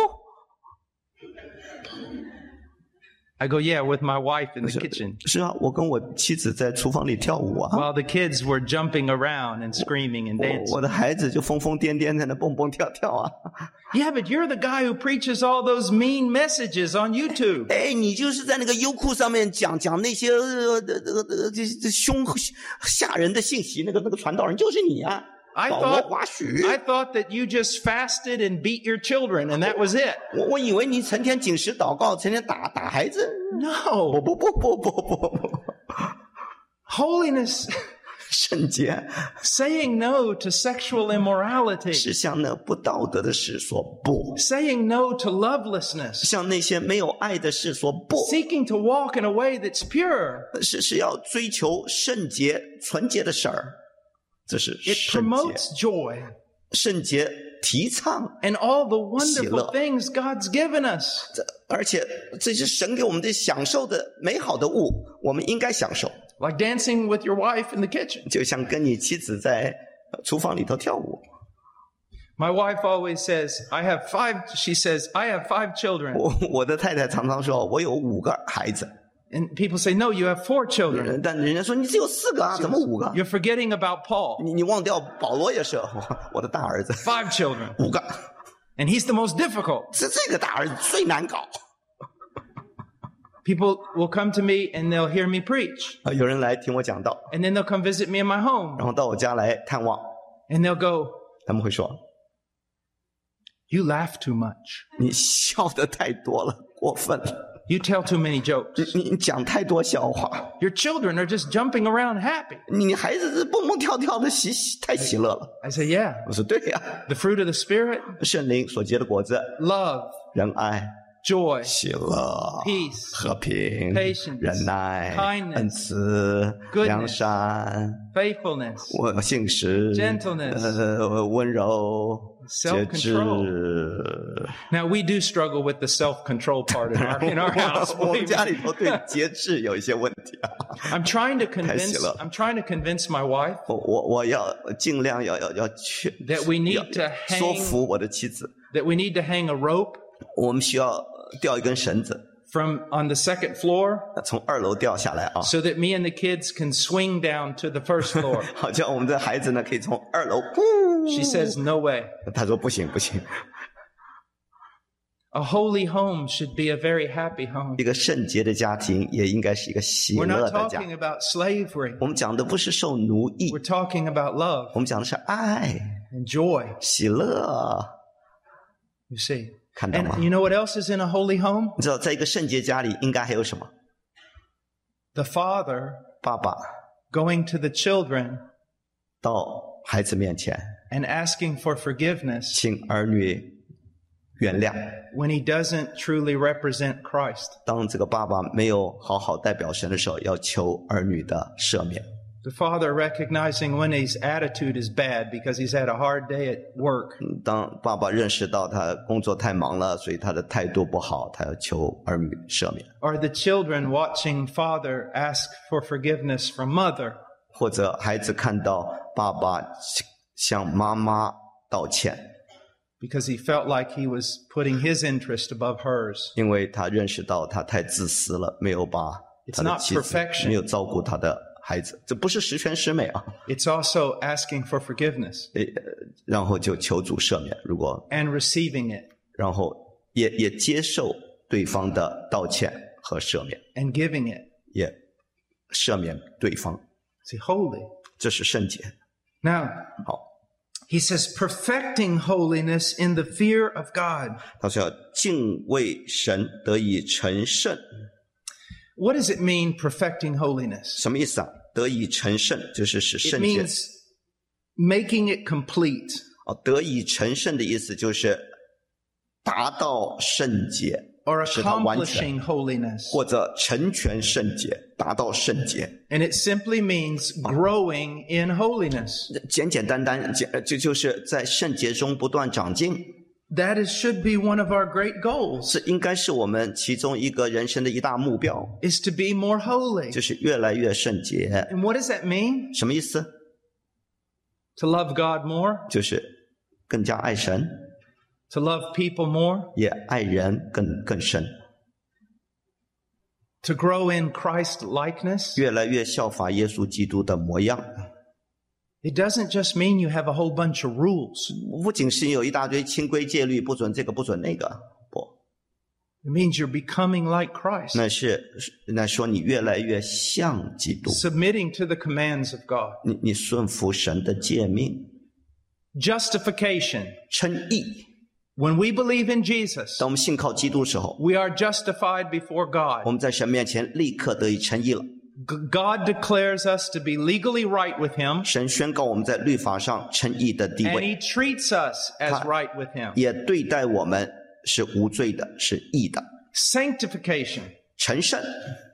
A: I go, yeah, with my wife in the kitchen.
B: 是啊，我跟我妻子在厨房里跳舞啊。
A: While the kids were jumping around and screaming and
B: 我
A: dancing.
B: 我的孩子就疯疯癫癫在那蹦蹦跳跳 啊！
A: Yeah, but you're the guy who preaches all those mean messages on YouTube.
B: 哎，你就是在那个优酷上面讲讲那些呃这这这这这凶吓人的信息，那个那个传道人就是你啊，
A: I
B: 保罗
A: thought-
B: 华许。
A: I thought that you just fasted and beat your children and that was it.
B: 我我以为你成天紧食祷告，成天打打孩子。不
A: No.
B: 不不不不不不，
A: Holiness,
B: 圣洁
A: saying no to sexual immorality,
B: 是向那不道德的事说不，
A: saying no to lovelessness,
B: 向那些没有爱的事说不，
A: seeking to walk in a way that's pure.
B: 是是要追求圣洁纯洁的事儿。这是
A: It
B: 圣洁，
A: promotes joy
B: 圣洁提倡
A: and all the wonderful
B: Sila.
A: things God's given us.
B: 这而且这是神给我们的享受的美好的物，我们应该享受，
A: Like dancing with your wife in the kitchen.
B: 就像跟你妻子在呃厨房里头跳舞。
A: My wife always says, I have five, she says, I have five children.
B: 我我的太太常常说，我有五个孩子，
A: And people say, no, you have four
B: 呃
A: children.
B: 但人家说你只有四个啊，怎么五个？
A: You're forgetting about Paul.
B: 你你忘掉保罗也是我的大儿子，
A: Five children.
B: 五个，
A: And he's the most difficult.
B: 这这个大儿子最难搞。
A: People will come to me and they'll hear me preach.
B: 啊，有人来听我讲道，
A: And then they'll come visit me in my home.
B: 然后到我家来探望，
A: And they'll go,
B: 他们会说
A: You laugh too much.
B: 你笑的太多了，过分了，
A: You tell too many jokes.
B: 你你讲太多笑话，
A: Your children are just jumping around happy.
B: 你你孩子是蹦蹦跳跳的喜喜太喜乐了。
A: I say, Yeah.
B: 我说对呀、
A: The fruit of the Spirit
B: 圣灵所结的果子，
A: love,
B: 仁爱、
A: joy,
B: 喜乐、
A: peace,
B: 和平、
A: patience,
B: 忍耐、
A: kindness,
B: 恩慈、
A: goodness,
B: 良善、
A: faithfulness,
B: 我信实、
A: Gentleness
B: 呃温柔、节
A: Self-control
B: 制。
A: Now we do struggle with the self-control part in our, in our house.
B: 我
A: believe
B: 们
A: me.
B: 家里头对节制有一些问题啊，
A: I'm trying to convince.
B: Tesla.
A: I'm trying to convince my wife
B: 我我我要尽量要要要去
A: that we
B: 要
A: need to
B: 说
A: hang
B: 服我的妻子，
A: that we need to hang a rope
B: 我们需要吊一根绳子，
A: from on the second floor
B: 从二楼掉下来啊。
A: so that me and the kids can swing down to the first floor.
B: 好像我们的孩子呢，可以从二楼，呼
A: she says, "No way.
B: 他说不行不行，
A: A holy home should be a very happy home.
B: 一个圣洁的家庭也应该是一个喜
A: We're
B: 乐
A: not
B: 的家。
A: talking about slavery.
B: 我们讲的不是受奴役
A: We're，talking about love
B: 我们讲的是爱、
A: and joy.
B: 喜乐。
A: You see."
B: 看到吗
A: And？you know what else is in a holy home?
B: 你知道，在一个圣洁家里，应该还有什么？
A: The father
B: 爸爸
A: going to the children
B: 到孩子面前，
A: and asking for forgiveness
B: 请儿女原谅。
A: when he doesn't truly represent Christ.
B: 当这个爸爸没有好好代表神的时候，要求儿女的赦免。
A: The father recognizing when his attitude is bad because he's had a hard day at work
B: 嗯当爸爸认识到他工作太忙了，所以他的态度不好，他要求儿女赦免。
A: or the children watching father ask for forgiveness from mother
B: 或者孩子看到爸爸向妈妈道歉，
A: because he felt like he was putting his interest above hers.
B: 因为他认识到他太自私了，没有把他
A: It's
B: 的
A: not
B: 妻子
A: perfection.
B: 没有照顾他的孩子，这不是十全十美啊。
A: It's also asking for forgiveness
B: 呃，然后就求主赦免，如果
A: and receiving it
B: 然后也也接受对方的道歉和赦免，
A: and giving it.
B: 也赦免对方，
A: See, holy.
B: 这是圣洁。
A: Now,
B: 好，
A: he says, perfecting holiness in the fear of God.
B: 他说要敬畏神，得以成圣。
A: What does it mean, perfecting holiness?
B: 什么意思啊？得以成圣就是使
A: It
B: 圣洁
A: means making it complete,
B: 啊，得以成圣的意思就是达到圣洁，
A: or
B: 使它完全
A: accomplishing holiness.
B: 或者成全圣洁，达到圣洁。
A: And it simply means growing in holiness.
B: 简简单单，简呃就就是在圣洁中不断长进。
A: That is, should be one of our great goals,
B: 是应该是我们其中一个人生的一大目标，
A: is to be more holy.
B: 就是越来越圣洁。
A: And what does that mean?
B: 什么意思？
A: To love God more,
B: 就是更加爱神，
A: to love people more,
B: 也爱人更更深，
A: to grow in Christ likeness.
B: 越来越效法耶稣基督的模样。
A: It doesn't just mean you have a whole bunch of rules.
B: 不仅是有一大堆清规戒律，不准这个，不准那个，不，
A: It means you're becoming like Christ,
B: 那是那说你越来越像基督，
A: submitting to the commands of God.
B: 你你顺服神的诫命，
A: Justification.
B: 称义。
A: When we believe in Jesus,
B: 当我们信靠基督的时候，
A: we are justified before
B: 我
A: God.
B: 们在神面前立刻得以称义了。
A: G- God declares us to be legally right with Him,
B: 神宣告我们在律法上称义的地
A: and
B: 位，
A: He treats us as
B: Hi.
A: right with Him.
B: 也对待我们是无罪的，是义的。
A: Sanctification.
B: 成圣，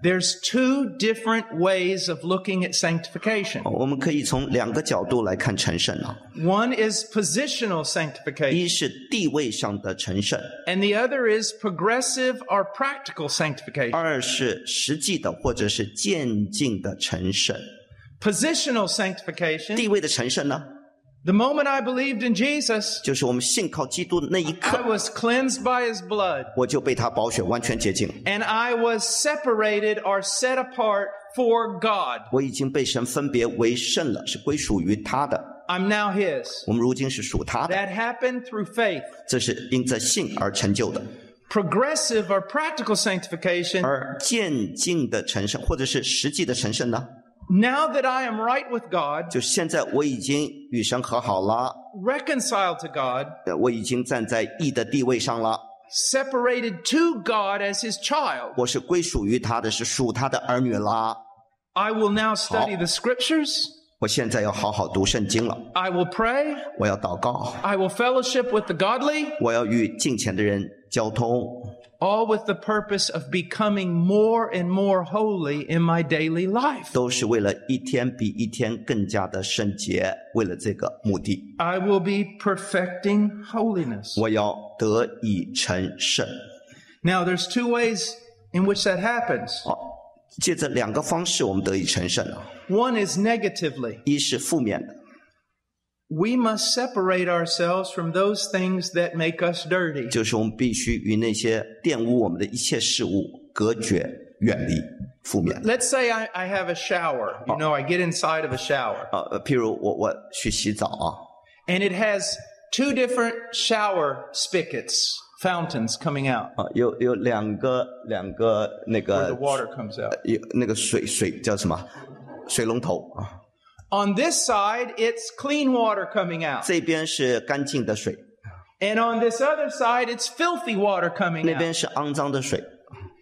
A: There's two different ways of looking at sanctification.
B: 哦我们可以从两个角度来看成圣啊，
A: One is positional sanctification,
B: 一是地位上的成圣，
A: and the other is progressive or practical sanctification.
B: 二是实际的或者是渐进的成圣。
A: Positional sanctification
B: 地位的成圣呢，
A: the moment I believed in Jesus,
B: 就是我们信靠基督的那一
A: I
B: 刻，
A: was cleansed by His blood,
B: 我就被他宝血完全洁净，
A: and I was separated or set apart for God.
B: 我已经被神分别为圣了，是归属于他的。
A: I'm now His.
B: 我们如今是属他的，
A: That happened through faith.
B: 这是因着信而成就的。
A: Progressive or practical sanctification
B: 而渐进的成圣，或者是实际的成圣呢？
A: now that I am right with God,
B: 就现在我已经与神和好了，
A: reconciled to God,
B: 呃我已经站在义的地位上了，
A: separated to God as His child,
B: 我是归属于他的，是属他的儿女啦。
A: I will now study the scriptures.
B: 我现在要好好读圣经了，
A: I will pray.
B: 我要祷告，
A: I will fellowship with the godly,
B: 我要与敬虔的人交通，
A: all with the purpose of becoming more and more holy in my daily life.
B: 都是为了一天比一天更加的圣洁，为了这个目的，
A: I will be perfecting holiness.
B: 我要得以成圣。
A: Now, there's two ways in which that happens.
B: 哦，借着两个方式，我们得以成圣啊，
A: One is negatively.
B: 一是负面的。
A: We must separate ourselves from those things that make us dirty.
B: 就是我们必须与那些玷污我们的一切事物隔绝、远离、负面。
A: Let's say I, I have a shower. You know, I get inside of a shower.
B: 呃，呃譬如我我去洗澡啊，
A: and it has two different shower spigots, fountains coming out
B: 啊、有有两个两个那
A: where the
B: 个
A: water comes out.
B: 有那个水水叫什么？水龙头啊，
A: On this side, it's clean water coming out,
B: 这边是干净的水，
A: and on this other side, it's filthy water
B: 那
A: coming
B: 边
A: out.
B: 是肮脏的水。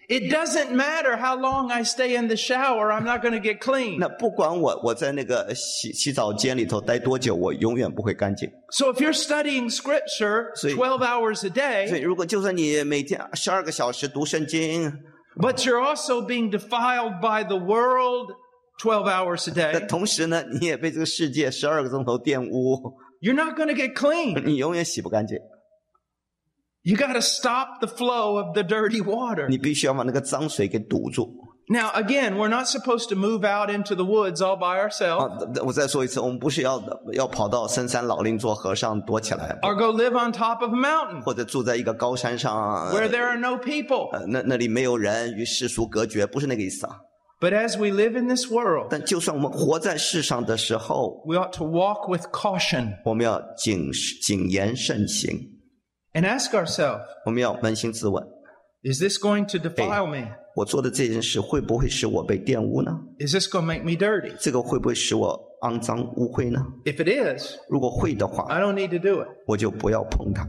A: It doesn't matter how long I stay in the shower, I'm not going to get clean.
B: 那不管我我在那个洗洗澡间里头待多久，我永远不会干净。
A: So if you're studying scripture
B: So you-
A: 12 hours a
B: 所以，
A: day,
B: 如果就算你每天十二个小时读圣经，
A: but you're also being defiled by the world 12 hours a
B: 那
A: day,
B: 同时呢，你也被这个世界十二个钟头玷污。
A: you're not going to get clean.
B: 你永远洗不干净，
A: You got to stop the flow of the dirty water.
B: 你必须要把那个脏水给堵住。
A: Now, again, we're not supposed to move out into the woods all by
B: 啊
A: ourselves，
B: 我再说一次，我们不是要要跑到深山老林做和尚躲起来，
A: or go live on top of a mountain
B: 或者住在一个高山上，
A: where there are no people.
B: 呃，那那里没有人，与世俗隔绝，不是那个意思啊。
A: But as we live in this world,
B: 但就算我们活在世上的时候，
A: we ought to walk with caution
B: 我们要谨谨言慎行，
A: and ask ourselves,
B: 我们要扪心自问：
A: is this going to defile me?
B: 我做的这件事会不会使我被玷污呢？
A: Is this going to make me dirty?
B: 这个会不会使我肮脏污秽呢？
A: If it is,
B: 如果会的话
A: I，don't need to do it.
B: 我就不要碰它。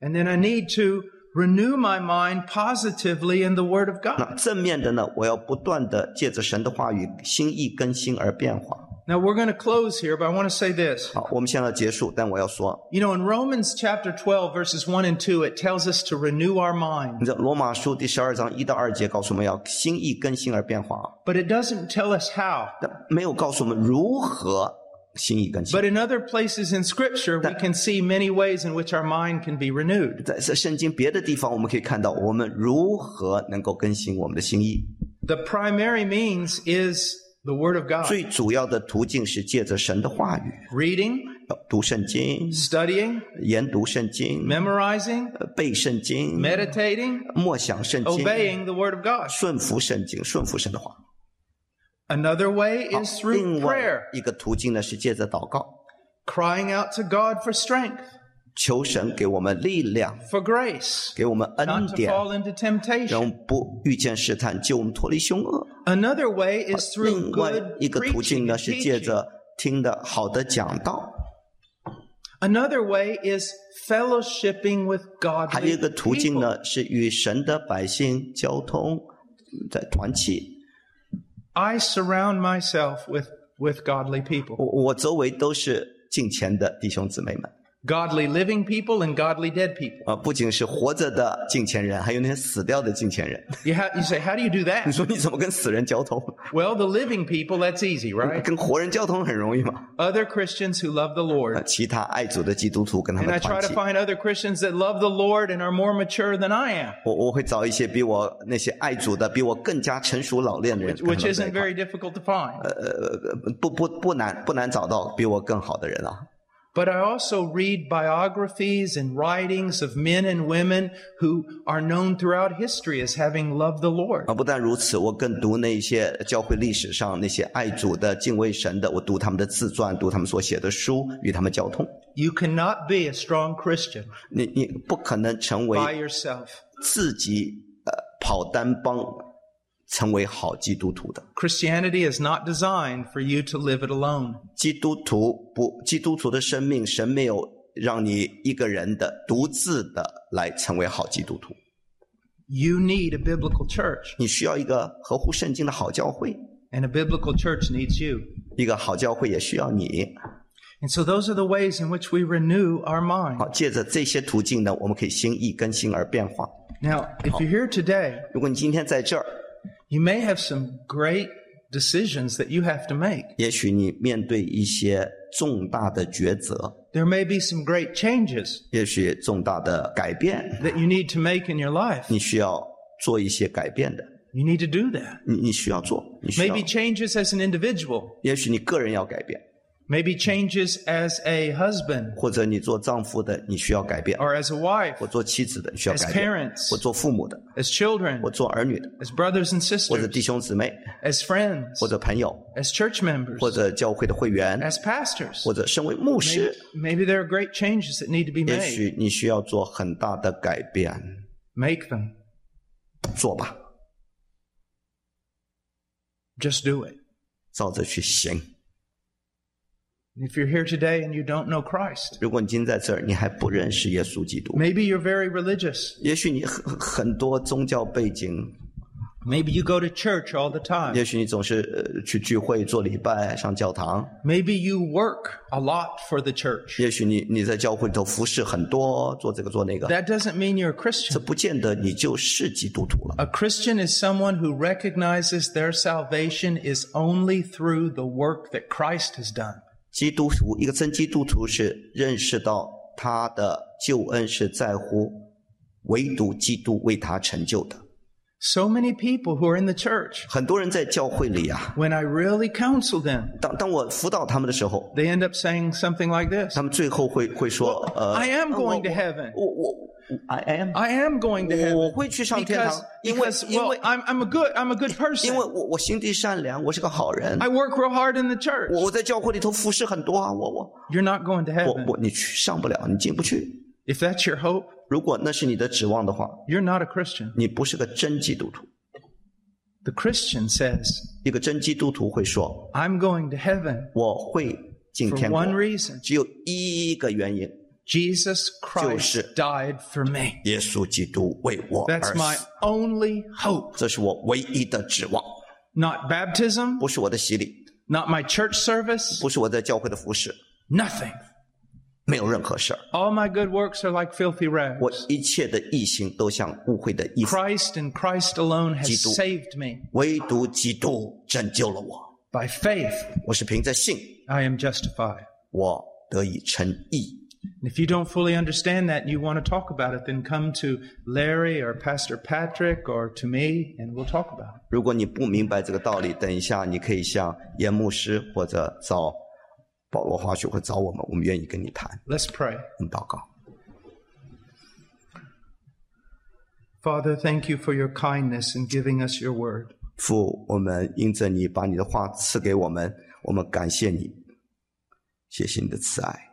A: And then I need to renew my mind positively in the Word of
B: 那
A: God.
B: 正面的呢，我要不断的借着神的话语，心意更新而变化。
A: Now, we're going to close here, but I want to say this.
B: 好，我们现在要结束，但我要说，
A: You know, in Romans chapter 12, verses 1 and 2, it tells us to renew our mind.
B: 你知道罗马书第十二章一到二节告诉我们要心意更新而变化，
A: But it doesn't tell us how.
B: 但没有告诉我们如何心意更新。
A: But in other places in Scripture, we can see many ways in which our mind can be renewed.
B: 在在圣经别的地方，我们可以看到我们如何能够更新我们的心意。
A: The primary means is the Word of God
B: 最主要的途径是借着神的话语，
A: reading,
B: 呃读圣经、
A: studying,
B: 研读圣经、
A: memorizing,
B: 呃背圣经、
A: meditating,
B: 默想圣经、
A: obeying the Word of God.
B: 顺服圣经、顺服神的话。
A: Another way is
B: 另
A: through
B: 外
A: prayer,
B: 一个途径呢，是借着祷告，
A: crying out to God for strength,
B: 求神给我们力量，
A: for grace,
B: 给我们
A: not
B: 恩
A: to
B: 典，
A: fall into
B: 让
A: temptation.
B: 我们不遇见试探，救我们脱离凶恶。
A: Another way is
B: 另
A: through
B: 外
A: good
B: 一个途径
A: preaching
B: 呢，
A: and
B: 是借
A: teaching.
B: 着听的好的讲道。
A: Another way is fellowshipping with
B: 还有一
A: godly
B: 个途径
A: people.
B: 呢，是与神的百姓交通，在团契。
A: I surround myself with, with godly
B: 我
A: people,
B: 我周围都是敬虔的弟兄姊妹们，
A: godly living people and godly dead people.
B: 啊，不仅是活着的敬虔人，还有那些死掉的敬虔人。
A: You, ha- you say, how do you do
B: 你
A: that?
B: 说你怎么跟死人交通？
A: Well, the living people, that's easy, right?
B: 跟活人交通很容易嘛？
A: Other Christians who love the
B: 啊，
A: Lord.
B: 其他爱主的基督徒跟他
A: And
B: 们
A: I try
B: 团
A: to
B: 契。
A: find other Christians that love the Lord and are more mature than I am,
B: 我我会找一些比我那些爱主的、比我更加成熟老练的人跟他们
A: which
B: 在一块。
A: isn't very difficult to find.
B: 呃不不不难不难找到比我更好的人啊！
A: But I also read biographies and writings of men and women who are known throughout history as having loved the Lord.
B: 啊，不但如此，我更读那一些教会历史上那些爱主的、敬畏神的，我读他们的自传，读他们所写的书，与他们交通。
A: You cannot be a strong Christian
B: 你你不可能成
A: by
B: 为
A: yourself.
B: 自己呃跑单帮，成为好基督徒的。
A: Christianity is not designed for you to live it alone.
B: 基督徒不，基督徒的生命，神没有让你一个人的独自的来成为好基督徒。
A: You need a biblical church,
B: 你需要一个合乎圣经的好教会，
A: and a biblical church needs you.
B: 一个好教会也需要你。
A: And so those are the ways in which we renew our mind.
B: 好，借着这些途径呢，我们可以心意更新而变化。
A: Now, if you're here today,
B: 如果你今天在这儿，
A: you may have some great decisions that you have to make.
B: 也许你面对一些重大的抉择，
A: There may be some great changes
B: 也许重大的改变，
A: that you need to make in your life.
B: 你需要做一些改变的，
A: You need to do that.
B: 你你需要做，你需要
A: Maybe，changes as an individual,
B: 也许你个人要改变，
A: maybe changes as a husband
B: 或者你做丈夫的你需要改变，
A: or as a wife,
B: 我做妻子的你需要
A: as
B: 改变，
A: parents,
B: 我做父母的，
A: as children,
B: 我做儿女的，
A: as brothers and
B: 或者
A: sisters,
B: 弟兄姊妹，
A: as friends,
B: 或者朋友，
A: as church
B: 或
A: members,
B: 者教会的会员，
A: as pastors.
B: 或者身为牧
A: Maybe,
B: 师，
A: maybe there are great changes that need to be
B: 也
A: made.
B: 许你需要做很大的改变，
A: Make them.
B: 做吧，
A: Just do it.
B: 照着去行。
A: If you're here today and you don't know Christ,
B: 如果你今天在这儿，你还不认识耶稣基督，
A: maybe you're very religious.
B: 也许你很很多宗教背景，
A: Maybe you go to church all the
B: 也
A: time.
B: 许你总是呃去聚会、做礼拜、上教堂，
A: Maybe you work a lot for the church.
B: 也许你你在教会里头服侍很多，做这个做那个，
A: That doesn't mean you're a
B: 这
A: Christian.
B: 不见得你就是基督徒了。
A: A Christian is someone who recognizes their salvation is only through the work that Christ has done.
B: 基督徒一个真基督徒是认识到他的救恩是在乎唯独基督为他成就的。
A: So many people who are in the church,
B: 很多人在教会里啊，
A: when I really counsel them,
B: 当当我辅导他们的时候，
A: they end up saying something like this
B: 他们最后会会说，呃
A: I am
B: 啊我
A: going to heaven.
B: 我我我 I am
A: I am going to
B: 我
A: heaven
B: 我会去上天堂
A: because,，
B: 因为
A: because
B: 因
A: well,
B: 为
A: I'm, I'm, a good, I'm a good
B: 因
A: person.
B: 为哎我我心地善良，我是个好人，
A: I work real hard in the church.
B: 我我在教会里头服侍很多啊，我我
A: You're not going to
B: 我
A: heaven.
B: 我你去上不了，你进不去。
A: If that's your hope,
B: 如果那是你的指望的话，
A: you're not a Christian.
B: 你不是个真基督徒。
A: The Christian says,
B: 一个真基督徒会说
A: I'm going to heaven：“
B: 我会进
A: for
B: 天国
A: one，reason
B: 只有一个原因，
A: Jesus Christ
B: 就是-
A: died for me.
B: 耶稣基督为我而
A: That's my
B: 死，
A: only hope.
B: 这是我唯一的指望，
A: Not baptism,
B: 不是我的洗礼，
A: not my church service,
B: 不是我在教会的服侍，
A: nothing.
B: 没有任何事儿。
A: All my good works are like filthy
B: 我
A: rags.
B: 一切的异行都像污秽的衣服。”
A: Christ and Christ alone has
B: Jitu.
A: saved me.
B: 唯独基督拯救了我。
A: By faith,
B: 我是凭着信，
A: I am justified.
B: 我得以称义。
A: And if you don't fully understand that and you want to talk about it, then come to Larry or Pastor Patrick or to me and we'll talk about it.
B: 如果你不明白这个道理，等一下你可以向严牧师或者找保罗化学会找我们，我们愿意跟你谈。
A: Let's pray.
B: 我们祷告，
A: Father, thank you for your kindness in giving us your word.
B: 父，我们因着你把你的话赐给我们，我们感谢你，谢谢你的慈爱。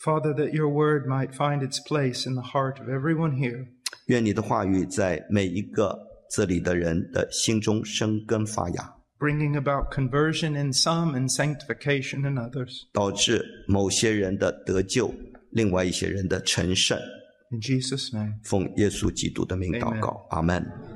A: Father, that your word might find its place in the heart of everyone here.
B: 愿你的话语在每一个这里的人的心中生根发芽，
A: bringing about conversion in some and sanctification in others.
B: 导致某些人的得救，另外一些人的成圣。
A: In Jesus' name.
B: 奉耶稣基督的名祷告，阿门。